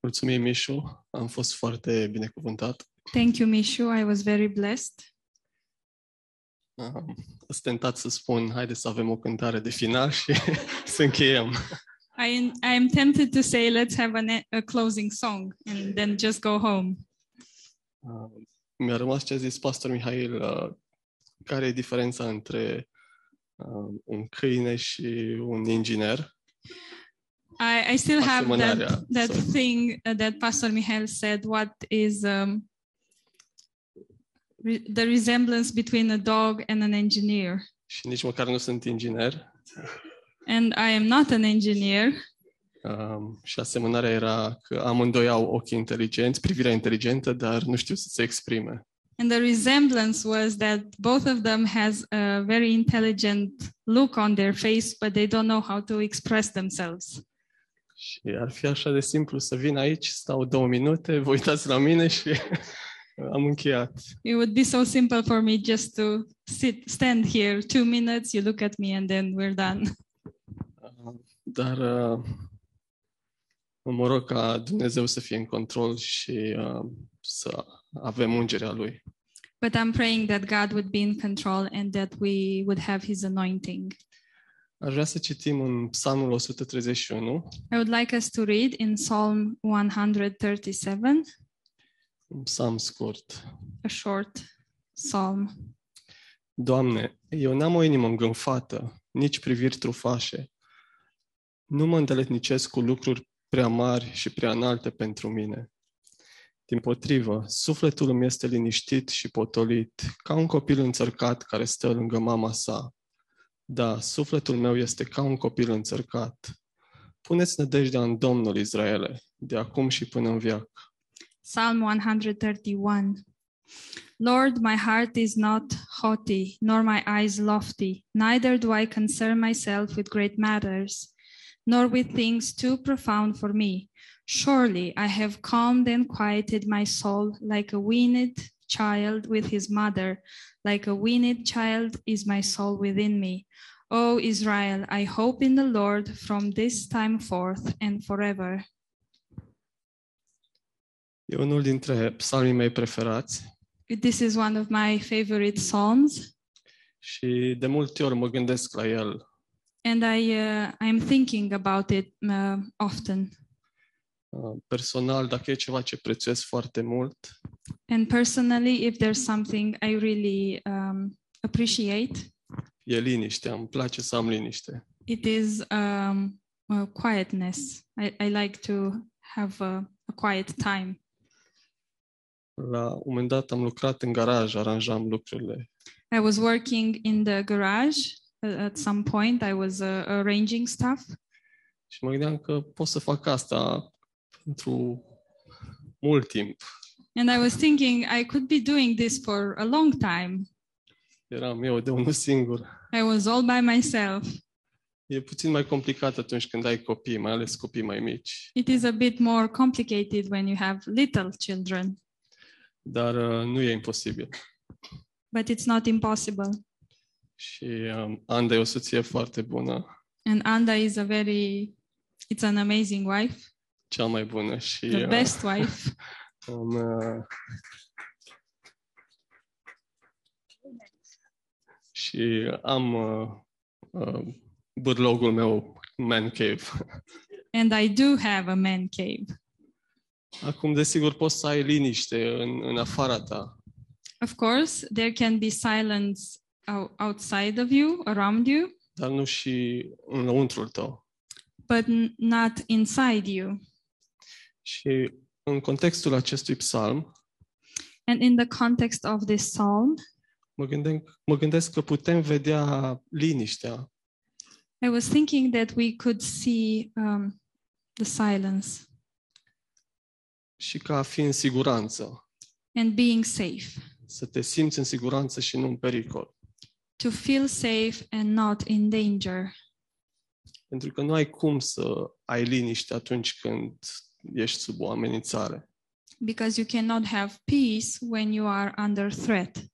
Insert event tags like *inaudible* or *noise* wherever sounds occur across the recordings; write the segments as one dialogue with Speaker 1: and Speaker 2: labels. Speaker 1: Mulțumim, Mișu. Am fost foarte binecuvântat.
Speaker 2: Thank you, Mishu. I was very blessed.
Speaker 1: Am sunt tentat să spun, haideți să avem o cântare de final și *laughs* să încheiem.
Speaker 2: I, I am tempted to say, let's have an, e- a closing song and then just go home.
Speaker 1: Uh, Mi-a rămas ce a zis pastor Mihail, uh, care e diferența între uh, un câine și un inginer.
Speaker 2: I, I still have that,
Speaker 1: Asemănarea,
Speaker 2: that
Speaker 1: sorry.
Speaker 2: thing uh, that Pastor Mihail said. What is um, re- the resemblance between a dog and an engineer?
Speaker 1: Și nici măcar nu sunt inginer.
Speaker 2: And I am not an engineer.
Speaker 1: Um, și asemănarea era că amândoi au ochii inteligenți, privirea inteligentă, dar nu știu să se exprime.
Speaker 2: And the resemblance was that both of them has a very intelligent look on their face, but they don't know how to express themselves.
Speaker 1: Și ar fi așa de simplu să vin aici, stau două minute, vă uitați la mine și *laughs* am încheiat.
Speaker 2: It would be so simple for me just to sit, stand here two minutes, you look at me, and then we're done. *laughs*
Speaker 1: Dar uh, mă rog ca Dumnezeu să fie în control și uh, să avem ungerea Lui.
Speaker 2: But I'm praying that God would be in control and that we would have His anointing.
Speaker 1: Aș vrea să citim în Psalmul 131,
Speaker 2: I would like us to read in Psalm 137,
Speaker 1: un psalm scurt.
Speaker 2: a short psalm.
Speaker 1: Doamne, eu n-am o inimă îngânfată, nici priviri trufașe. Nu mă îndeletnicesc cu lucruri prea mari și prea înalte pentru mine. Din potrivă, sufletul îmi este liniștit și potolit, ca un copil înțărcat care stă lângă mama sa. Da, sufletul meu este ca un copil înțărcat. Puneți nădejdea în Domnul Israele, de acum și până în veac.
Speaker 2: Psalm 131. Lord, my heart is not haughty, nor my eyes lofty, neither do I concern myself with great matters, nor with things too profound for me. Surely I have calmed and quieted my soul like a weaned child with his mother, like a weaned child is my soul within me. O Israel, I hope in the Lord from this time forth and forever.
Speaker 1: E unul dintre psalmii mei preferați
Speaker 2: This is one of my favorite psalms.
Speaker 1: și de multe ori mă gândesc la el
Speaker 2: and I uh, I'm thinking about it uh, often.
Speaker 1: Uh, personal, dacă e ceva ce prețuiesc foarte mult,
Speaker 2: And personally, if there's something I really um, appreciate,
Speaker 1: e liniștea. Îmi place să am liniște.
Speaker 2: it is um, uh, quietness. I, I like to have a, a quiet time.
Speaker 1: La un moment dat am lucrat în garaj, aranjam lucrurile
Speaker 2: I was working in the garage uh, at some point. I was uh, arranging stuff,
Speaker 1: și mă gândeam că pot să fac asta pentru mult timp.
Speaker 2: and I was thinking I could be doing this for a long time.
Speaker 1: Eram eu de unul *laughs* singur.
Speaker 2: I was all by myself.
Speaker 1: E puțin mai complicat atunci când ai copii, mai ales copii mai mici.
Speaker 2: It is a bit more complicated when you have little children.
Speaker 1: Dar uh, nu e imposibil.
Speaker 2: but it's not impossible.
Speaker 1: Și um, Anda e o soție foarte bună,
Speaker 2: And Anda is a very, it's an amazing wife,
Speaker 1: cea mai bună. Și
Speaker 2: the
Speaker 1: uh,
Speaker 2: best wife.
Speaker 1: Am, uh, și am uh, uh, bârlogul meu, Man Cave.
Speaker 2: And I do have a man cave.
Speaker 1: Acum, desigur, poți să ai liniște în, în afara ta,
Speaker 2: Of course, there can be silence ou- outside of you, around you,
Speaker 1: dar nu și înăuntrul tău.
Speaker 2: but n- not inside you.
Speaker 1: Și în contextul acestui psalm,
Speaker 2: And in the context of this psalm,
Speaker 1: mă gândesc, mă gândesc că putem vedea liniștea
Speaker 2: I was thinking that we could see um, the silence
Speaker 1: și ca a fi în siguranță,
Speaker 2: and being safe,
Speaker 1: să te simți în siguranță și nu în pericol.
Speaker 2: to feel safe and not in danger.
Speaker 1: Pentru că nu ai cum să ai liniște atunci când ești sub o amenințare.
Speaker 2: because you cannot have peace when you are under threat.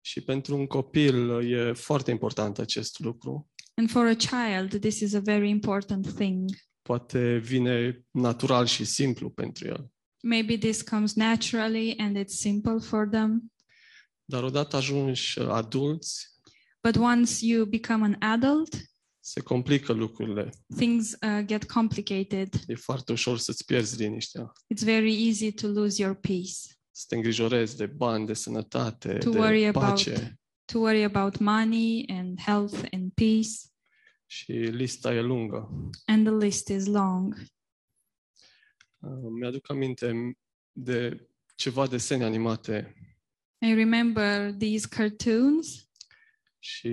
Speaker 1: Și pentru un copil e foarte important acest lucru,
Speaker 2: And for a child, this is a very important thing
Speaker 1: poate vine natural și simplu pentru el.
Speaker 2: Maybe this comes naturally and it's simple for them.
Speaker 1: Dar odată ajungi adulți,
Speaker 2: But once you become an adult,
Speaker 1: se complică lucrurile.
Speaker 2: things uh, get complicated.
Speaker 1: E foarte ușor să-ți pierzi liniștea,
Speaker 2: It's very easy to lose your peace,
Speaker 1: să te îngrijorezi de bani, de sănătate,
Speaker 2: To
Speaker 1: de
Speaker 2: worry about-
Speaker 1: pace
Speaker 2: to worry about money and health and peace.
Speaker 1: și lista e lungă.
Speaker 2: And the list is long.
Speaker 1: Uh, Mi-aduc aminte de ceva desene animate
Speaker 2: I remember these cartoons,
Speaker 1: și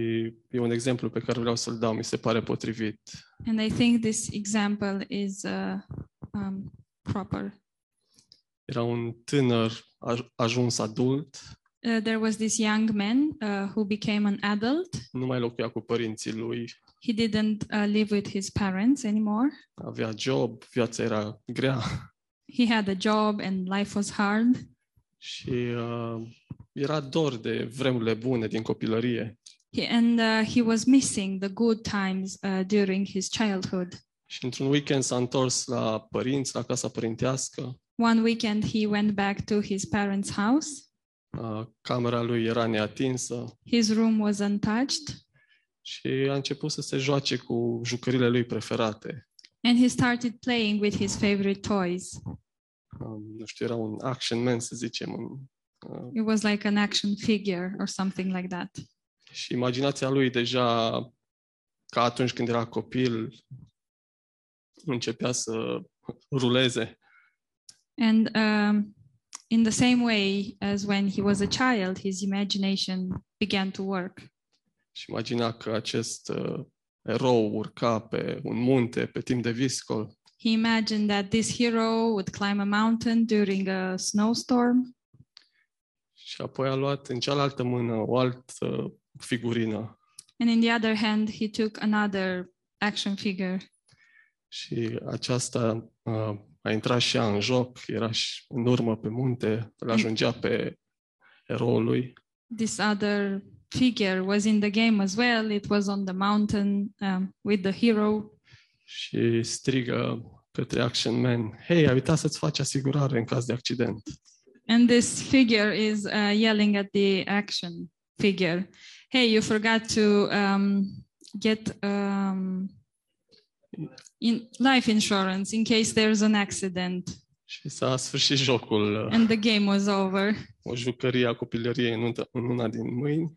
Speaker 1: e un exemplu pe care vreau să-l dau, mi se pare potrivit.
Speaker 2: and I think this example is uh, um, proper.
Speaker 1: Era un tânăr aj- ajuns adult,
Speaker 2: Uh, there was this young man uh, who became an adult.
Speaker 1: nu mai locuia cu părinții lui,
Speaker 2: He didn't uh, live with his parents anymore.
Speaker 1: avea job, viața era grea *laughs*
Speaker 2: He had a job and life was hard.
Speaker 1: și uh, era dor de vremurile bune din copilărie.
Speaker 2: He, and uh, he was missing the good times uh, during his childhood.
Speaker 1: Și într-un weekend s-a întors la părinți, la casa părintească.
Speaker 2: One weekend, he went back to his parents' house.
Speaker 1: Uh, Camera lui era neatinsă
Speaker 2: His room was untouched,
Speaker 1: și a început să se joace cu jucările lui preferate.
Speaker 2: and he started playing with his favorite toys.
Speaker 1: Um, Nu știu, era un action man, să zicem. un, uh,
Speaker 2: It was like an action figure or something like that.
Speaker 1: Și imaginația lui deja, ca atunci când era copil, începea să ruleze.
Speaker 2: And um, in the same way as when he was a child, his imagination began to work.
Speaker 1: și imagina că acest uh, erou urca pe un munte pe timp de viscol
Speaker 2: He imagined that this hero would climb a mountain during a snowstorm,
Speaker 1: și apoi a luat în cealaltă mână o altă figurină
Speaker 2: and in the other hand, he took another action figure.
Speaker 1: și aceasta uh, a intrat și ea în joc, era și în urmă pe munte, îl ajungea pe eroul lui
Speaker 2: This other figure was in the game as well. It was on the mountain um, with the hero,
Speaker 1: și strigă către Action Man, hei, ai uitat să-ți faci asigurare în caz de accident.
Speaker 2: and this figure is uh, yelling at the action figure hey you forgot to um, get um, in life insurance in case there's an accident
Speaker 1: Și s-a sfârșit jocul, uh,
Speaker 2: and the game was over
Speaker 1: o jucărie a copilăriei în unta- în una din mâini,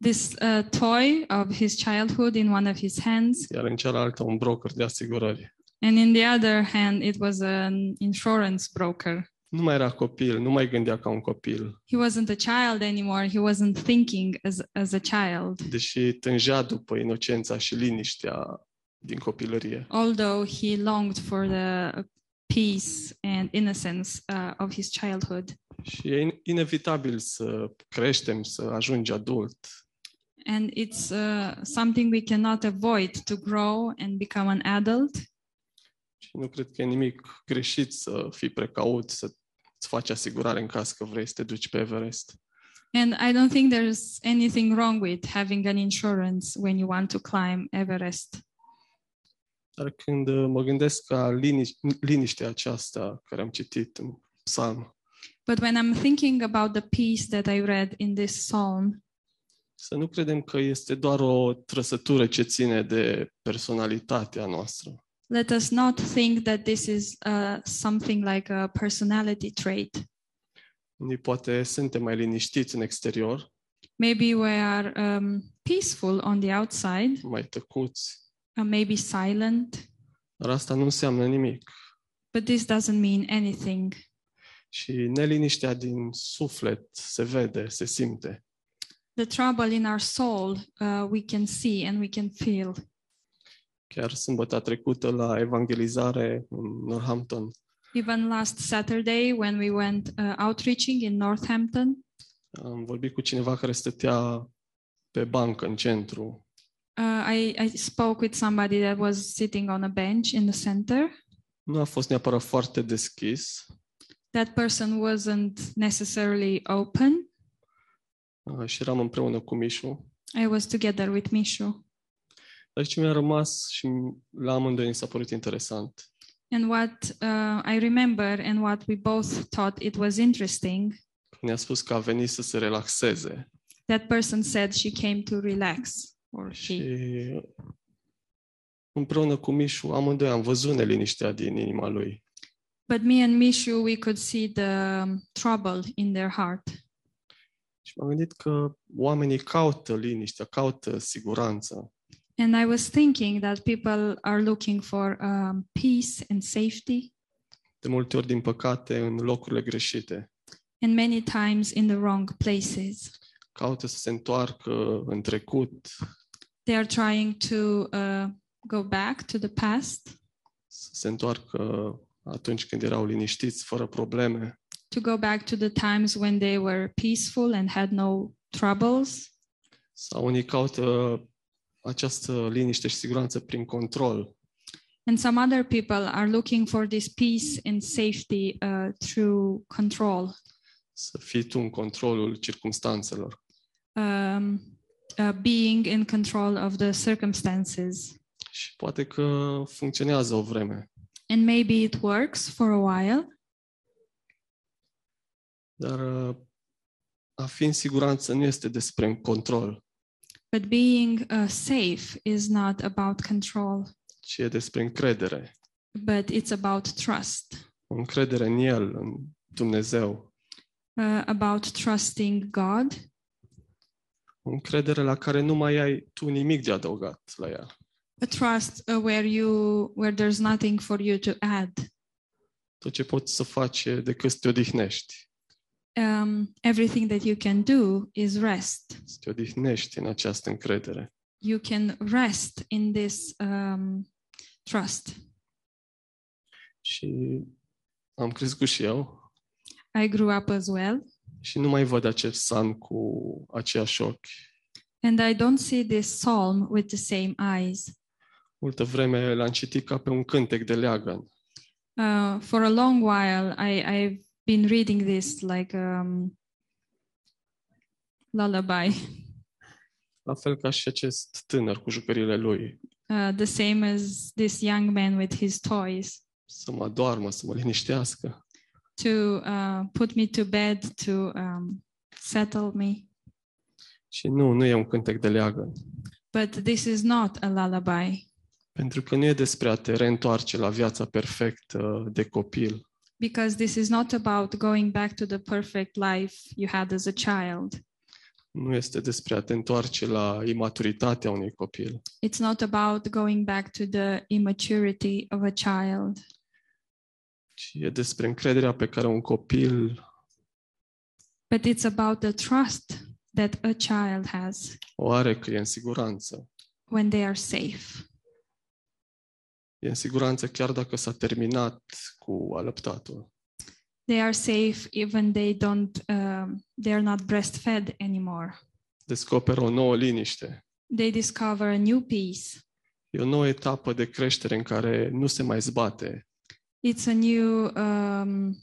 Speaker 2: this uh, toy of his childhood in one of his hands
Speaker 1: iar în cealaltă un broker de asigurări.
Speaker 2: and in the other hand it was an insurance broker
Speaker 1: nu mai era copil, nu mai gândea ca un copil,
Speaker 2: he wasn't a child anymore he wasn't thinking as, as a child
Speaker 1: deși tângea după inocența și liniștea din copilărie.
Speaker 2: although he longed for the peace and innocence uh, of his childhood.
Speaker 1: Și e in- inevitabil să creștem, să ajungi adult
Speaker 2: And it's uh, something we cannot avoid to grow and become an adult.
Speaker 1: și nu cred că e nimic greșit să fii precaut, să îți faci asigurare în caz că vrei să te duci pe Everest.
Speaker 2: And I don't think there's anything wrong with having an insurance when you want to climb Everest.
Speaker 1: Dar când uh, mă gândesc la liniș- liniștea aceasta care am citit în psalm,
Speaker 2: But when I'm thinking about the peace that I read in this psalm,
Speaker 1: să nu credem că este doar o trăsătură ce ține de personalitatea noastră.
Speaker 2: let us not think that this is uh, something like a personality trait.
Speaker 1: Unii poate suntem mai liniștiți în exterior,
Speaker 2: Maybe we are um, peaceful on the outside,
Speaker 1: mai tăcuți,
Speaker 2: uh, maybe silent,
Speaker 1: dar asta nu înseamnă nimic.
Speaker 2: but this doesn't mean anything.
Speaker 1: Și neliniștea din suflet se vede, se simte.
Speaker 2: The trouble in our soul uh, we can see and we can feel.
Speaker 1: Chiar sâmbătă trecută la evangelizare în Northampton,
Speaker 2: Even last Saturday, when we went uh, outreaching in Northampton,
Speaker 1: am vorbit cu cineva care stătea pe bancă în centru
Speaker 2: uh, I, I spoke with somebody that was sitting on a bench in the center.
Speaker 1: nu a fost neapărat foarte deschis
Speaker 2: That person wasn't necessarily open.
Speaker 1: uh, și eram împreună cu Mișu
Speaker 2: I was together with Mishu.
Speaker 1: Dar ce mi-a rămas și la amândoi mi s-a părut interesant
Speaker 2: And what uh, I remember and what we both thought it was interesting,
Speaker 1: ne-a spus că a venit să se relaxeze
Speaker 2: that person said she came to relax or she.
Speaker 1: și împreună cu Mișu amândoi am văzut neliniștea din inima lui.
Speaker 2: But me and Mishu, we could see the um, trouble in their heart.
Speaker 1: Și m-am gândit că oamenii caută liniște, caută siguranță.
Speaker 2: And I was thinking that people are looking for um, peace and safety,
Speaker 1: De multe ori, din păcate, în locurile greșite.
Speaker 2: and many times in the wrong places.
Speaker 1: Caută să se întoarcă în trecut,
Speaker 2: They are trying to uh, go back to the past,
Speaker 1: să se întoarcă atunci când erau liniștiți, fără probleme.
Speaker 2: to go back to the times when they were peaceful and had no troubles.
Speaker 1: Sau unii caută această liniște și siguranță prin control,
Speaker 2: And some other people are looking for this peace and safety uh, through control,
Speaker 1: să fii tu în controlul circumstanțelor.
Speaker 2: um, uh, being in control of the circumstances.
Speaker 1: Și poate că funcționează o vreme,
Speaker 2: And maybe it works for a while,
Speaker 1: dar uh, a fi în siguranță nu este despre control,
Speaker 2: but being uh, safe is not about control,
Speaker 1: ci e despre încredere.
Speaker 2: but it's about trust,
Speaker 1: O încredere în El, în Dumnezeu.
Speaker 2: uh, about trusting God,
Speaker 1: O încredere la care nu mai ai tu nimic de adăugat la ea.
Speaker 2: a trust uh, where you where there's nothing for you to add.
Speaker 1: Tot ce poți să faci e decât să te odihnești.
Speaker 2: Um, everything that you can do is rest.
Speaker 1: Să te odihnești în această încredere.
Speaker 2: you can rest in this um, trust.
Speaker 1: Și am crescut și eu
Speaker 2: I grew up as well,
Speaker 1: și nu mai văd acest san cu aceiași ochi.
Speaker 2: and I don't see this psalm with the same eyes.
Speaker 1: Multă vreme l-am citit ca pe un cântec de leagăn.
Speaker 2: Uh, for a long while, I, I've been reading this like um, lullaby, *laughs*
Speaker 1: La fel ca și acest tânăr cu jucările lui.
Speaker 2: uh, the same as this young man with his toys,
Speaker 1: Să mă doarmă, să mă liniștească.
Speaker 2: to uh, put me to bed, to um, settle me.
Speaker 1: Și nu, nu e un cântec de leagăn.
Speaker 2: But this is not a lullaby
Speaker 1: Pentru că nu e despre a te reîntoarce la viața perfectă de copil,
Speaker 2: because this is not about going back to the perfect life you had as a child.
Speaker 1: nu este despre a te întoarce la imaturitatea unui copil,
Speaker 2: it's not about going back to the immaturity of a child,
Speaker 1: ci e despre încrederea pe care un copil
Speaker 2: but it's about the trust that a child has
Speaker 1: o are că e în siguranță.
Speaker 2: when they are safe.
Speaker 1: E în siguranță chiar dacă s-a terminat cu alăptatul.
Speaker 2: They are safe even they don't um, they are not breastfed anymore.
Speaker 1: Descoperă o nouă liniște.
Speaker 2: They discover a new peace.
Speaker 1: E o nouă etapă de creștere în care nu se mai zbate,
Speaker 2: It's a new um,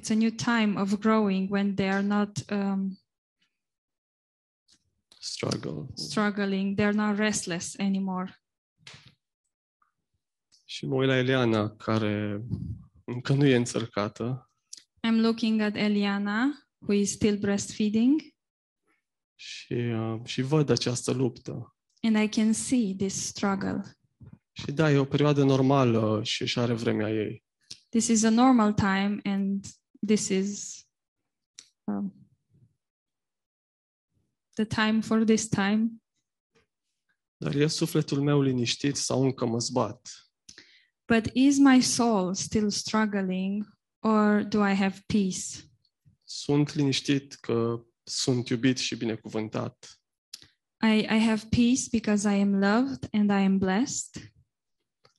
Speaker 2: it's a new time of growing when they are not um,
Speaker 1: struggle.
Speaker 2: struggling. They are not restless anymore.
Speaker 1: Și mă uit la Eliana, care încă nu e înțărcată
Speaker 2: I'm looking at Eliana, who is still breastfeeding,
Speaker 1: și, uh, și văd această luptă.
Speaker 2: and I can see this struggle.
Speaker 1: Și da, e o perioadă normală și își are vremea ei.
Speaker 2: this is a normal time and this is um, the time for this time
Speaker 1: Dar e sufletul meu liniștit sau încă mă zbat?
Speaker 2: but is my soul still struggling or do i have peace
Speaker 1: Sunt liniștit că sunt iubit și binecuvântat.
Speaker 2: i, I have peace because i am loved and i am blessed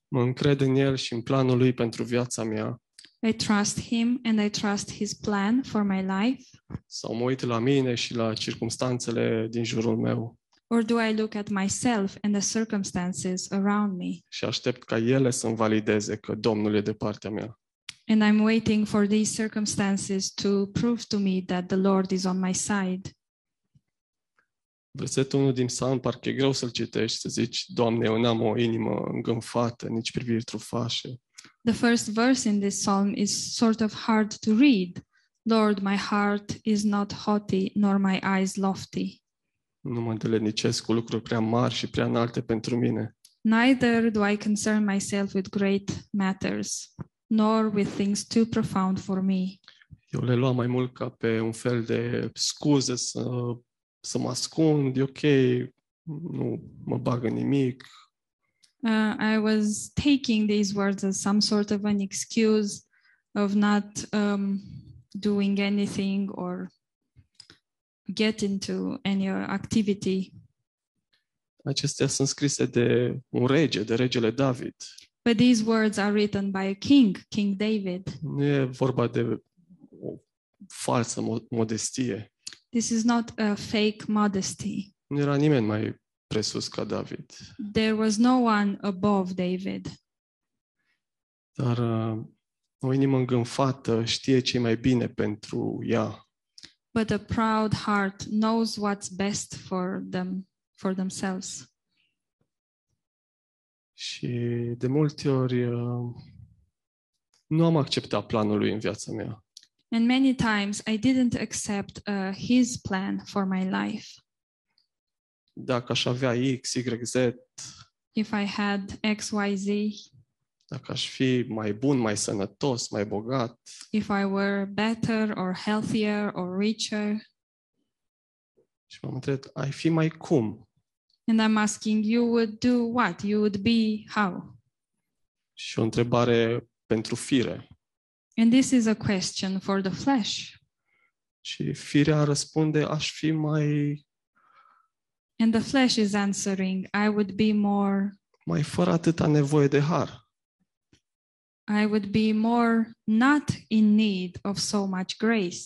Speaker 1: Mă încred în El și în planul Lui pentru viața mea.
Speaker 2: i trust him and i trust his plan for my life
Speaker 1: Sau mă uit la mine și la circumstanțele din jurul meu
Speaker 2: or do i look at myself and the circumstances around me
Speaker 1: și aștept ca ele să-mi valideze că Domnul e de partea mea.
Speaker 2: and i'm waiting for these circumstances to prove to me that the lord is on my side
Speaker 1: Versetul 1 din psalm, parcă e greu să-l citești, să zici, Doamne, eu n-am o inimă îngânfată, nici priviri trufașe.
Speaker 2: The first verse in this psalm is sort of hard to read. Lord, my heart is not haughty, nor my eyes lofty.
Speaker 1: Nu mă îndeletnicesc cu lucruri prea mari și prea înalte pentru mine.
Speaker 2: Neither do I concern myself with great matters, nor with things too profound for me.
Speaker 1: Eu le luam mai mult ca pe un fel de scuze să, să mă ascund, e ok, nu mă bagă nimic,
Speaker 2: Uh, I was taking these words as some sort of an excuse of not um, doing anything or get into any activity.
Speaker 1: Acestea sunt scrise de un rege, de regele David.
Speaker 2: But these words are written by a king, King David.
Speaker 1: Nu e vorba de o falsă mo- modestie.
Speaker 2: This is not a fake modesty.
Speaker 1: Nu era nimeni mai presus ca David.
Speaker 2: There was no one above David,
Speaker 1: Dar uh, o inimă îngânfată știe ce e mai bine pentru ea.
Speaker 2: but a proud heart knows what's best for them for themselves.
Speaker 1: Și de multe ori uh, nu am acceptat planul lui în viața mea.
Speaker 2: And many times I didn't accept uh, his plan for my life.
Speaker 1: Dacă aș avea X, Y, Z,
Speaker 2: If I had XYZ,
Speaker 1: dacă aș fi mai bun, mai sănătos, mai bogat,
Speaker 2: if I were better or healthier or richer.
Speaker 1: și m-am întrebat, ai fi mai cum?
Speaker 2: And I'm asking, you would do what? You would be how?
Speaker 1: Și o întrebare pentru fire.
Speaker 2: And this is a question for the flesh.
Speaker 1: Și firea răspunde, aș fi mai,
Speaker 2: And the flesh is answering, I would be more,
Speaker 1: mai fără atâta nevoie de har.
Speaker 2: I would be more not in need of so much grace.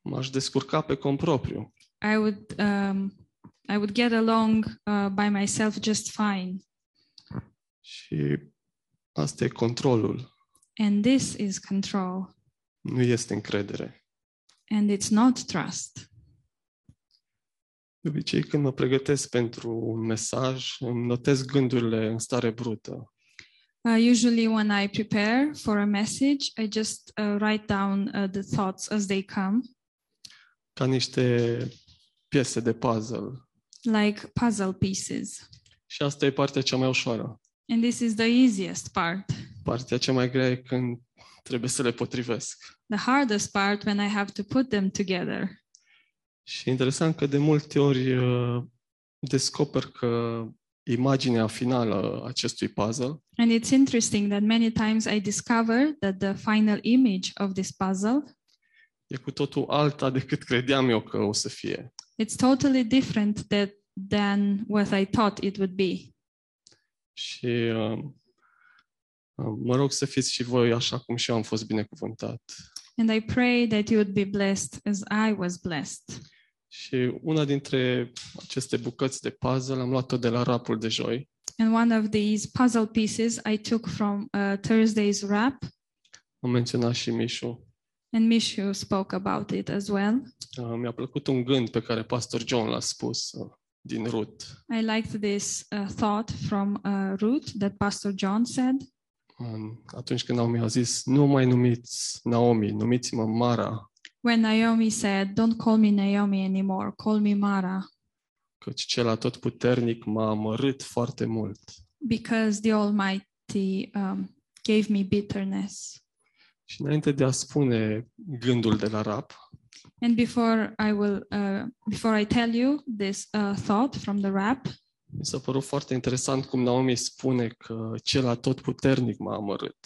Speaker 1: M-aș descurca pe propriu.
Speaker 2: I would, um, I would get along uh, by myself just fine.
Speaker 1: Și asta e controlul,
Speaker 2: And this is control,
Speaker 1: nu este încredere.
Speaker 2: and it's not trust.
Speaker 1: De obicei, când mă pregătesc pentru un mesaj, îmi notez gândurile în stare brută.
Speaker 2: Uh, usually, when I prepare for a message, I just uh, write down uh, the thoughts as they come,
Speaker 1: Ca niște piese de puzzle.
Speaker 2: like puzzle pieces.
Speaker 1: Și asta e partea cea mai ușoară.
Speaker 2: And this is the easiest part.
Speaker 1: Partea cea mai grea e când trebuie să le potrivesc.
Speaker 2: The hardest part when I have to put them together.
Speaker 1: Și e interesant că de multe ori uh, descoper că imaginea finală a acestui puzzle
Speaker 2: And it's interesting that many times I discover that the final image of this puzzle
Speaker 1: e cu totul alta decât credeam eu că o să fie.
Speaker 2: it's totally different that, than what I thought it would be.
Speaker 1: Și uh, uh, mă rog să fiți și voi așa cum și eu am fost binecuvântat.
Speaker 2: And I pray that you would be blessed as I was blessed.
Speaker 1: Și una dintre aceste bucăți de puzzle am luat-o de la rapul de joi
Speaker 2: And one of these puzzle pieces I took from uh, Thursday's wrap,
Speaker 1: am menționat și Mișu.
Speaker 2: and Mishu spoke about it as well.
Speaker 1: Uh, Mi-a plăcut un gând pe care pastor John l-a spus uh, din Rut.
Speaker 2: I liked this uh, thought from uh, Ruth that Pastor John said
Speaker 1: în- Um, atunci când Naomi a zis, nu mai numiți Naomi, numiți-mă Mara,
Speaker 2: when Naomi said, Don't call me Naomi anymore, call me Mara,
Speaker 1: căci cel atotputernic m-a amărât foarte mult.
Speaker 2: because the Almighty um, gave me bitterness.
Speaker 1: Și înainte de a spune gândul de la rap,
Speaker 2: And before I will, uh, before I tell you this uh, thought from the wrap,
Speaker 1: mi s-a părut foarte interesant cum Naomi spune că cel atotputernic m-a amărât.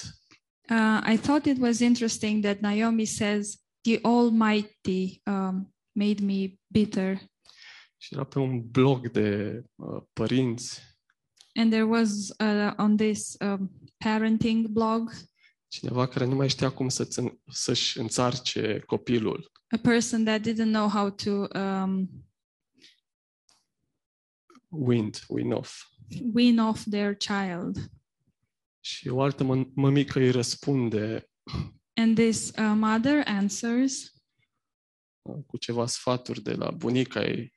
Speaker 2: Uh, I thought it was interesting that Naomi says, The Almighty um, made me bitter.
Speaker 1: Și era pe un blog de uh, părinți
Speaker 2: And there was uh, on this um, parenting blog
Speaker 1: cineva care nu mai știa cum să țin, să-și înțarce copilul.
Speaker 2: a person that didn't know how to um,
Speaker 1: Wind, win off.
Speaker 2: wean off their child.
Speaker 1: Și o altă mă- mămică îi răspunde
Speaker 2: And this uh, mother answers,
Speaker 1: cu ceva sfaturi de la bunica ei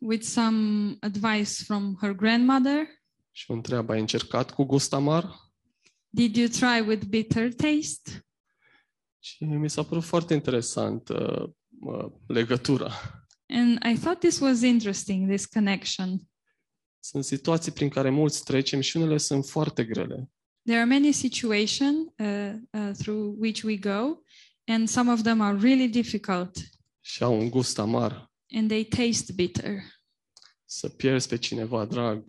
Speaker 2: with some advice from her grandmother.
Speaker 1: Și o întreabă, ai încercat cu gust amar?
Speaker 2: Did you try with bitter taste?
Speaker 1: Și mi s-a părut foarte interesant uh, uh, legătura.
Speaker 2: And I thought this was interesting, this connection.
Speaker 1: Sunt situații prin care mulți trecem și unele sunt foarte grele.
Speaker 2: There are many situations uh, uh, through which we go, and some of them are really difficult
Speaker 1: și au un gust amar
Speaker 2: and they taste bitter.
Speaker 1: să pierzi pe cineva drag,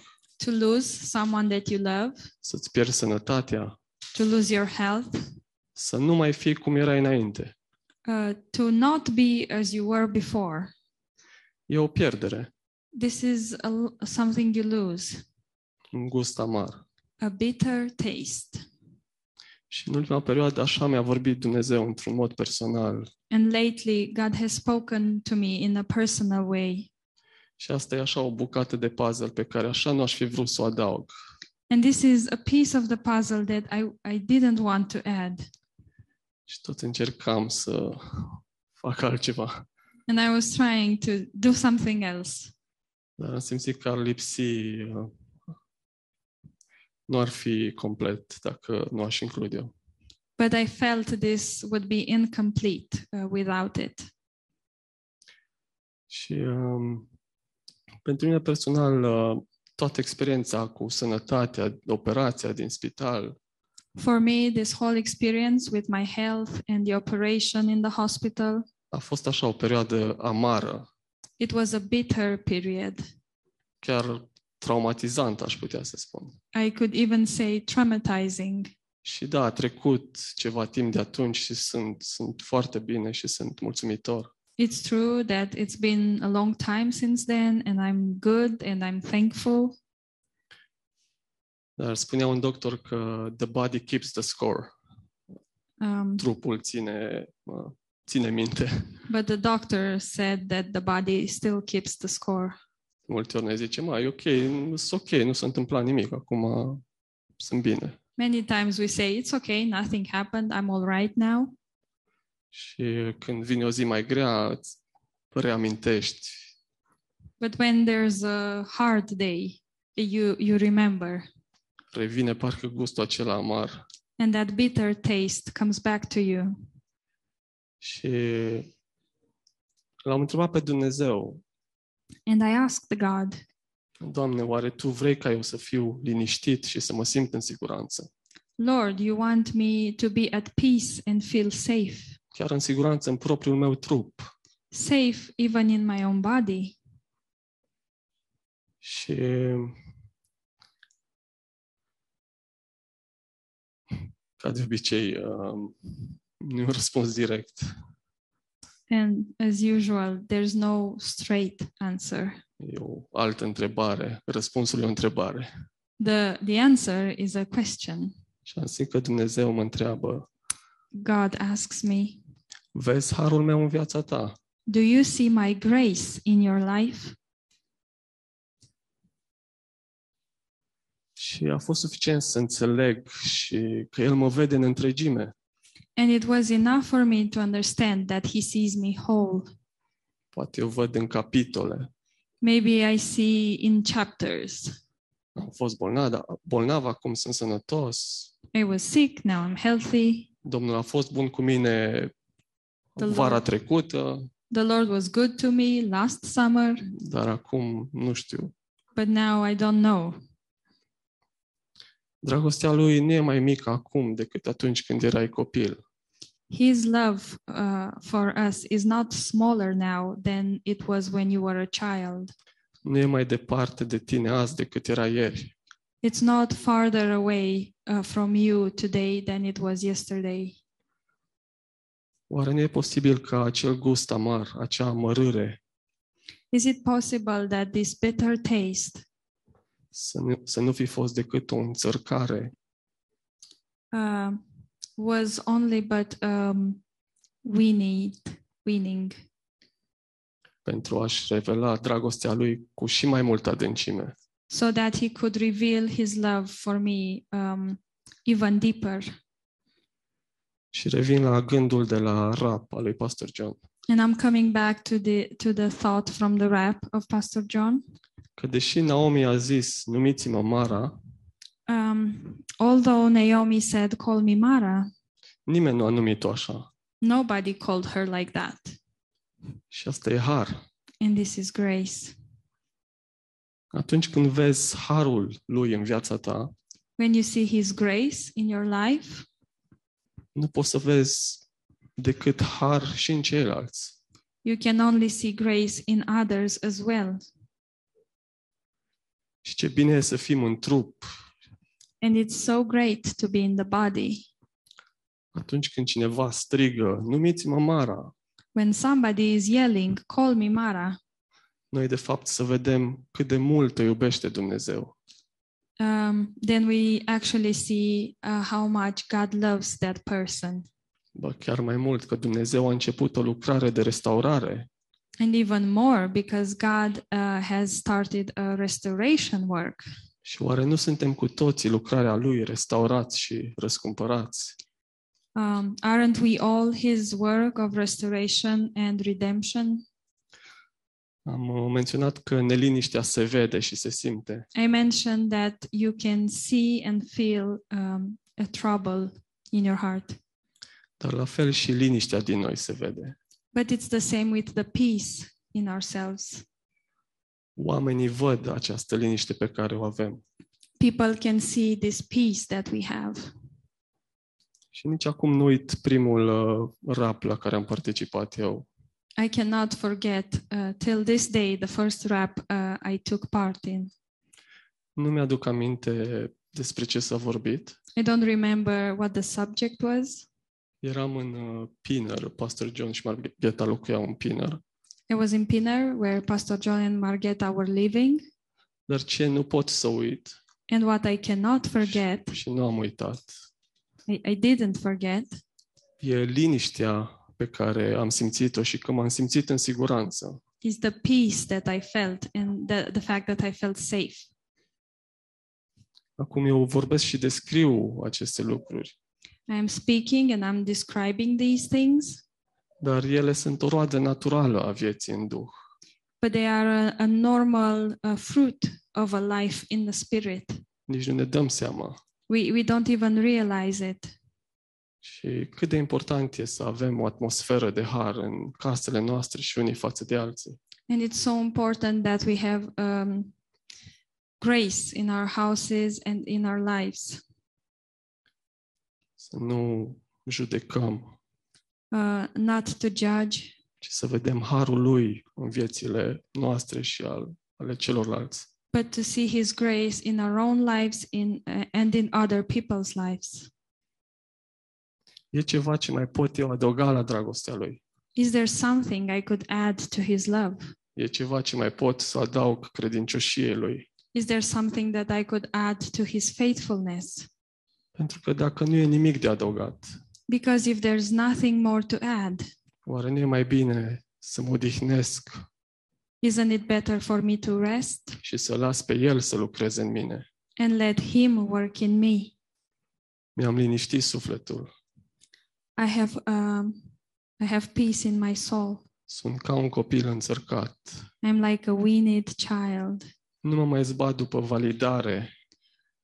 Speaker 2: To lose someone that you love,
Speaker 1: să-ți pierzi sănătatea,
Speaker 2: to lose your health,
Speaker 1: să nu mai fii cum erai înainte.
Speaker 2: uh, to not be as you were before.
Speaker 1: E o pierdere,
Speaker 2: This is a l something you lose,
Speaker 1: un gust amar.
Speaker 2: a bitter taste.
Speaker 1: Și în ultima perioadă așa mi-a vorbit Dumnezeu într-un mod personal.
Speaker 2: And lately, God has spoken to me in a personal way.
Speaker 1: Și asta e așa o bucată de puzzle pe care așa nu aș fi vrut să o adaug.
Speaker 2: And this is a piece of the puzzle that I, I didn't want to add.
Speaker 1: Și tot încercam să fac altceva.
Speaker 2: And I was trying to do something else.
Speaker 1: Dar am simțit că ar lipsi, uh, nu ar fi complet dacă nu aș include eu.
Speaker 2: But I felt this would be incomplete uh, without it.
Speaker 1: Și um, pentru mine personal, uh, toată experiența cu sănătatea, operația din spital,
Speaker 2: For me, this whole experience with my health and the operation in the hospital,
Speaker 1: a fost așa o perioadă amară,
Speaker 2: it was a bitter period.
Speaker 1: chiar traumatizantă, aș putea să spun.
Speaker 2: I could even say traumatizing.
Speaker 1: Și da, a trecut ceva timp de atunci și sunt, sunt foarte bine și sunt mulțumitor.
Speaker 2: It's true that it's been a long time since then, and I'm good and I'm thankful.
Speaker 1: Dar spunea un doctor că the body keeps the score.
Speaker 2: Um,
Speaker 1: Trupul ține, uh, ține minte.
Speaker 2: but the doctor said that the body still keeps the score.
Speaker 1: De multe ori ne zice, mai e ok, sunt ok, nu s-a întâmplat nimic, acum sunt bine.
Speaker 2: Many times we say, It's okay, nothing happened, I'm all right now.
Speaker 1: Și când vine o zi mai grea, îți reamintești
Speaker 2: But when there's a hard day, you, you remember,
Speaker 1: revine parcă gustul acela amar.
Speaker 2: and that bitter taste comes back to you.
Speaker 1: Și l-am întrebat pe Dumnezeu,
Speaker 2: And I asked God,
Speaker 1: Doamne, oare Tu vrei ca eu să fiu liniștit și să mă simt în siguranță?
Speaker 2: Lord, you want me to be at peace and feel safe,
Speaker 1: Chiar în siguranță în propriul meu trup.
Speaker 2: safe even in my own body.
Speaker 1: Și ca de obicei, um, nu i-am răspuns direct.
Speaker 2: And as usual, there's no straight answer.
Speaker 1: E o altă întrebare. Răspunsul e o întrebare.
Speaker 2: The, the answer is a question.
Speaker 1: Și am simțit că Dumnezeu mă întreabă,
Speaker 2: God asks me,
Speaker 1: vezi harul meu în viața ta?
Speaker 2: Do you see my grace in your life?
Speaker 1: Și a fost suficient să înțeleg și că El mă vede în întregime.
Speaker 2: And it was enough for me to understand that He sees me whole.
Speaker 1: Poate eu văd în capitole.
Speaker 2: Maybe I see in chapters.
Speaker 1: Am fost bolnav, dar bolnav acum sunt sănătos.
Speaker 2: I was sick, now I'm healthy.
Speaker 1: Domnul a fost bun cu mine
Speaker 2: Tălău.
Speaker 1: vara trecută,
Speaker 2: The Lord was good to me last summer,
Speaker 1: dar acum nu știu.
Speaker 2: but now I don't know.
Speaker 1: Dragostea lui nu e mai mică acum decât atunci când erai copil.
Speaker 2: His love uh, for us is not smaller now than it was when you were a child.
Speaker 1: Nu e mai departe de tine azi decât era ieri.
Speaker 2: It's not farther away uh, from you today than it was yesterday.
Speaker 1: Oare nu e posibil ca acel gust amar, acea amărâre
Speaker 2: Is it possible that this bitter taste
Speaker 1: să nu, să nu fi fost decât o înțărcare,
Speaker 2: uh, was only but um, we need winning
Speaker 1: pentru a-și revela dragostea lui cu și mai multă adâncime.
Speaker 2: so that he could reveal his love for me um, even deeper?
Speaker 1: Și revin la gândul de la rap al lui Pastor John.
Speaker 2: And I'm coming back to the to the thought from the rap of Pastor John.
Speaker 1: că deși Naomi a zis, numiți-mă Mara,
Speaker 2: Um, although Naomi said, "Call me Mara,"
Speaker 1: nimeni nu a numit-o așa.
Speaker 2: nobody called her like that,
Speaker 1: Și asta e har.
Speaker 2: and this is grace.
Speaker 1: Atunci când vezi harul lui în viața ta,
Speaker 2: When you see His grace in your life,
Speaker 1: nu poți să vezi decât har și în ceilalți.
Speaker 2: you can only see grace in others as well.
Speaker 1: Și ce bine e să fim în trup
Speaker 2: And it's so great to be in the body.
Speaker 1: atunci când cineva strigă, numiți-mă Mara.
Speaker 2: When somebody is yelling, "Call me Mara,"
Speaker 1: Noi, de fapt, să vedem cât de mult te iubește Dumnezeu.
Speaker 2: um, then we actually see uh, how much God loves that person.
Speaker 1: Ba chiar mai mult, că Dumnezeu a început o lucrare de restaurare
Speaker 2: And even more because God uh, has started a restoration work.
Speaker 1: Și oare nu suntem cu toții lucrarea Lui restaurați și răscumpărați?
Speaker 2: Um, aren't we all His work of restoration and redemption?
Speaker 1: Am uh, menționat că neliniștea se vede și se simte.
Speaker 2: I mentioned that you can see and feel um, a trouble in your heart,
Speaker 1: Dar la fel și liniștea din noi se vede.
Speaker 2: but it's the same with the peace in ourselves.
Speaker 1: Oamenii văd această liniște pe care o avem.
Speaker 2: People can see this peace that we have.
Speaker 1: Și nici acum nu uit primul uh, rap la care am participat eu.
Speaker 2: I cannot forget uh, till this day the first rap uh, I took part in.
Speaker 1: Nu mi-aduc aminte despre ce s-a vorbit.
Speaker 2: I don't remember what the subject was.
Speaker 1: Eram în uh, Piner, Pastor John și Margheta locuiau în Piner.
Speaker 2: It was in Pinar where Pastor John and Margeta were living.
Speaker 1: Dar ce nu pot să uit
Speaker 2: And what I cannot forget,
Speaker 1: și nu am uitat,
Speaker 2: I, I didn't forget,
Speaker 1: e liniștea pe care am simțit-o și că m-am simțit în siguranță.
Speaker 2: is the peace that I felt and the, the fact that I felt safe.
Speaker 1: Acum eu vorbesc și descriu aceste lucruri,
Speaker 2: I am speaking and I'm describing these things,
Speaker 1: dar ele sunt o roadă naturală a vieții în Duh.
Speaker 2: but they are a, a normal uh, fruit of a life in the spirit.
Speaker 1: Nici nu ne dăm seama.
Speaker 2: We, we don't even realize it.
Speaker 1: Și cât de important e să avem o atmosferă de har în casele noastre și unii față de alții.
Speaker 2: And it's so important that we have um, grace in our houses and in our lives.
Speaker 1: Să nu judecăm,
Speaker 2: uh, not to judge,
Speaker 1: ci să vedem harul lui în viețile noastre și al, ale celorlalți.
Speaker 2: but to see His grace in our own lives in, uh, and in other people's lives.
Speaker 1: E ceva ce mai pot eu adăuga la dragostea lui.
Speaker 2: Is there something I could add to His love?
Speaker 1: E ceva ce mai pot să adaug credincioșiei lui.
Speaker 2: Is there something that I could add to His faithfulness?
Speaker 1: Pentru că dacă nu e nimic de adăugat,
Speaker 2: Because if there's nothing more to add,
Speaker 1: oare nu e mai bine să mă odihnesc
Speaker 2: isn't it better for me to rest
Speaker 1: și să las pe el să lucreze în mine?
Speaker 2: and let Him work in me?
Speaker 1: Mi-am liniștit sufletul.
Speaker 2: I have, um, I have peace in my soul.
Speaker 1: Sunt ca un copil înțărcat.
Speaker 2: I'm like a weaned child.
Speaker 1: Nu mă mai zbat după validare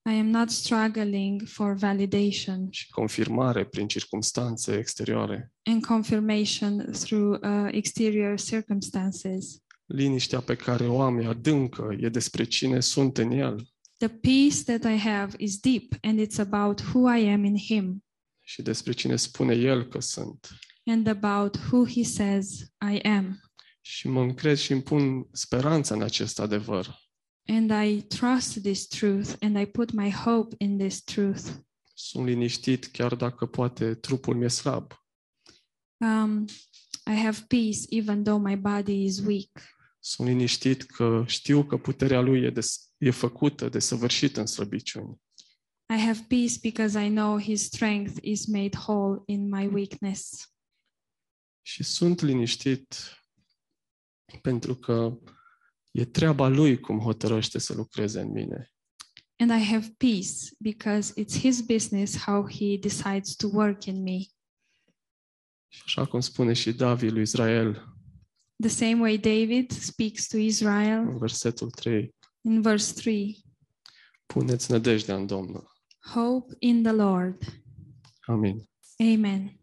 Speaker 2: I am not struggling for validation.
Speaker 1: și confirmare prin circumstanțe exterioare.
Speaker 2: and confirmation through uh, exterior circumstances.
Speaker 1: Liniștea pe care o am e adâncă, e despre cine sunt în el
Speaker 2: The peace that I have is deep and it's about who I am in Him
Speaker 1: și despre cine spune el că sunt.
Speaker 2: and about who He says I am.
Speaker 1: Și mă încred și îmi pun speranța în acest adevăr.
Speaker 2: And I trust this truth and I put my hope in this truth.
Speaker 1: sunt liniștit chiar dacă poate trupul mi-e slab,
Speaker 2: Um, I have peace even though my body is weak.
Speaker 1: sunt liniștit că știu că puterea lui e, de, e făcută, de săvârșită în slăbiciuni.
Speaker 2: I have peace because I know His strength is made whole in my weakness.
Speaker 1: Și sunt liniștit pentru că e treaba lui cum hotărăște să lucreze în mine.
Speaker 2: And I have peace because it's His business how He decides to work in me.
Speaker 1: Și așa cum spune și David lui Israel
Speaker 2: The same way David speaks to Israel
Speaker 1: în versetul 3,
Speaker 2: in verse 3
Speaker 1: puneți nădejdea în Domnul.
Speaker 2: Hope in the Lord.
Speaker 1: Amin.
Speaker 2: Amen.